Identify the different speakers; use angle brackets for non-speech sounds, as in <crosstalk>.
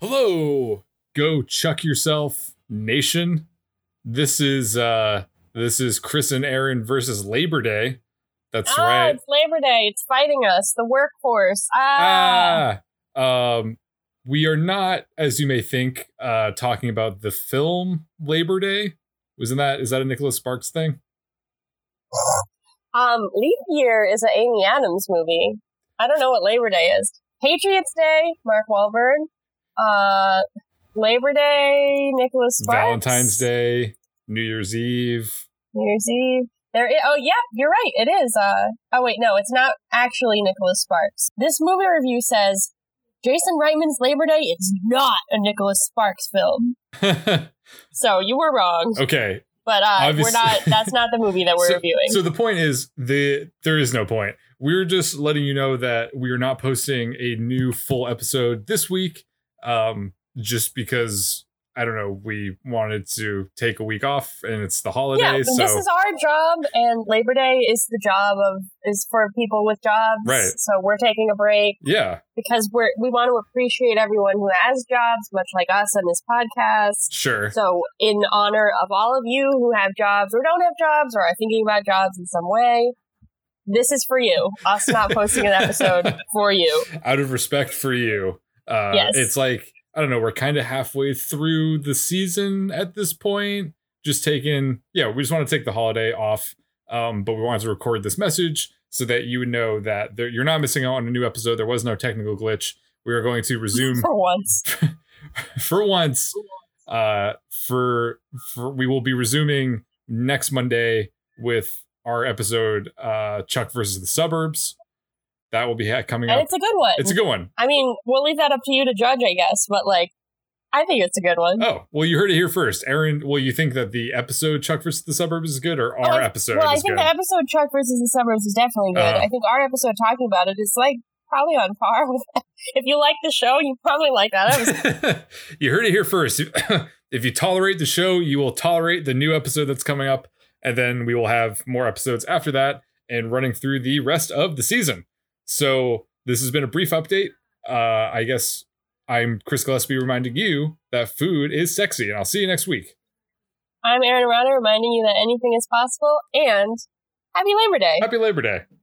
Speaker 1: Hello, go chuck yourself, nation. This is uh this is Chris and Aaron versus Labor Day. That's
Speaker 2: ah,
Speaker 1: right.
Speaker 2: it's Labor Day. It's fighting us, the workforce. Ah,
Speaker 1: Ah, um, we are not, as you may think, uh, talking about the film Labor Day. Wasn't that is that a Nicholas Sparks thing? Ah.
Speaker 2: um, Leap Year is an Amy Adams movie. I don't know what Labor Day is. Patriots Day, Mark Wahlberg. Uh, Labor Day, Nicholas Sparks.
Speaker 1: Valentine's Day, New Year's Eve. <laughs>
Speaker 2: New Year's Eve. There. i- oh yeah, you're right. It is. Uh. Oh wait, no, it's not actually Nicholas Sparks. This movie review says Jason Reitman's Labor Day is not a Nicholas Sparks film.
Speaker 1: okay,
Speaker 2: So you were wrong. But uh, we're
Speaker 1: Obviously-
Speaker 2: not. That's not the movie that
Speaker 1: <laughs>
Speaker 2: we're
Speaker 1: so,
Speaker 2: reviewing.
Speaker 1: so the point is the there is no point. We're just letting you know that we are not posting a new full episode this week, um, just because I don't know we wanted to take a week off and it's the holiday.
Speaker 2: yeah, but
Speaker 1: so
Speaker 2: this is our job, and Labor Day is the job of is for people with jobs.
Speaker 1: Right.
Speaker 2: So we're taking a break
Speaker 1: yeah,
Speaker 2: because we're we want to appreciate everyone who has jobs, much like us on this podcast.
Speaker 1: sure.
Speaker 2: So, in honor of all of you who have jobs or don't have jobs or are thinking about jobs in some way, this is for you. Us not posting
Speaker 1: <laughs>
Speaker 2: an episode for you.
Speaker 1: Out of respect for you, uh,
Speaker 2: Yes.
Speaker 1: it's like I don't know. We're kind of halfway through the season at this point. Just taking yeah, we just want to take the holiday off, um, but we wanted to record this message so that you would know that there, you're not missing out on a new episode. There was no technical glitch. We are going to
Speaker 2: <laughs>
Speaker 1: resume
Speaker 2: For once.
Speaker 1: for once uh for, for we will be resuming next monday with our episode uh chuck versus the suburbs that will be ha- coming
Speaker 2: And
Speaker 1: up
Speaker 2: it's a good one.
Speaker 1: it's a good one.
Speaker 2: I mean, we'll leave that up to you to judge, I guess, but like, I think it's a good one.
Speaker 1: Oh, well, you heard it here first. Aaron, will you think that the episode Chuck versus the Suburbs is good or our
Speaker 2: Oh, I-
Speaker 1: episode
Speaker 2: well, I
Speaker 1: is
Speaker 2: think
Speaker 1: good?
Speaker 2: the episode Chuck versus the Suburbs is definitely good.
Speaker 1: Uh-huh.
Speaker 2: I think our episode talking about it is like probably on par with <laughs> If you like the show, you probably like that episode.
Speaker 1: <laughs> you heard it here first. <coughs> if you tolerate the show, you will tolerate the new episode that's coming up, and then we will have more episodes after that and running through the rest of the season. So this has been a brief update. Uh, I guess I'm Chris Gillespie reminding you that food is sexy, and I'll see you next week.
Speaker 2: I'm Aaron Rana reminding you that anything is possible and happy Labor Day.
Speaker 1: Happy Labor Day.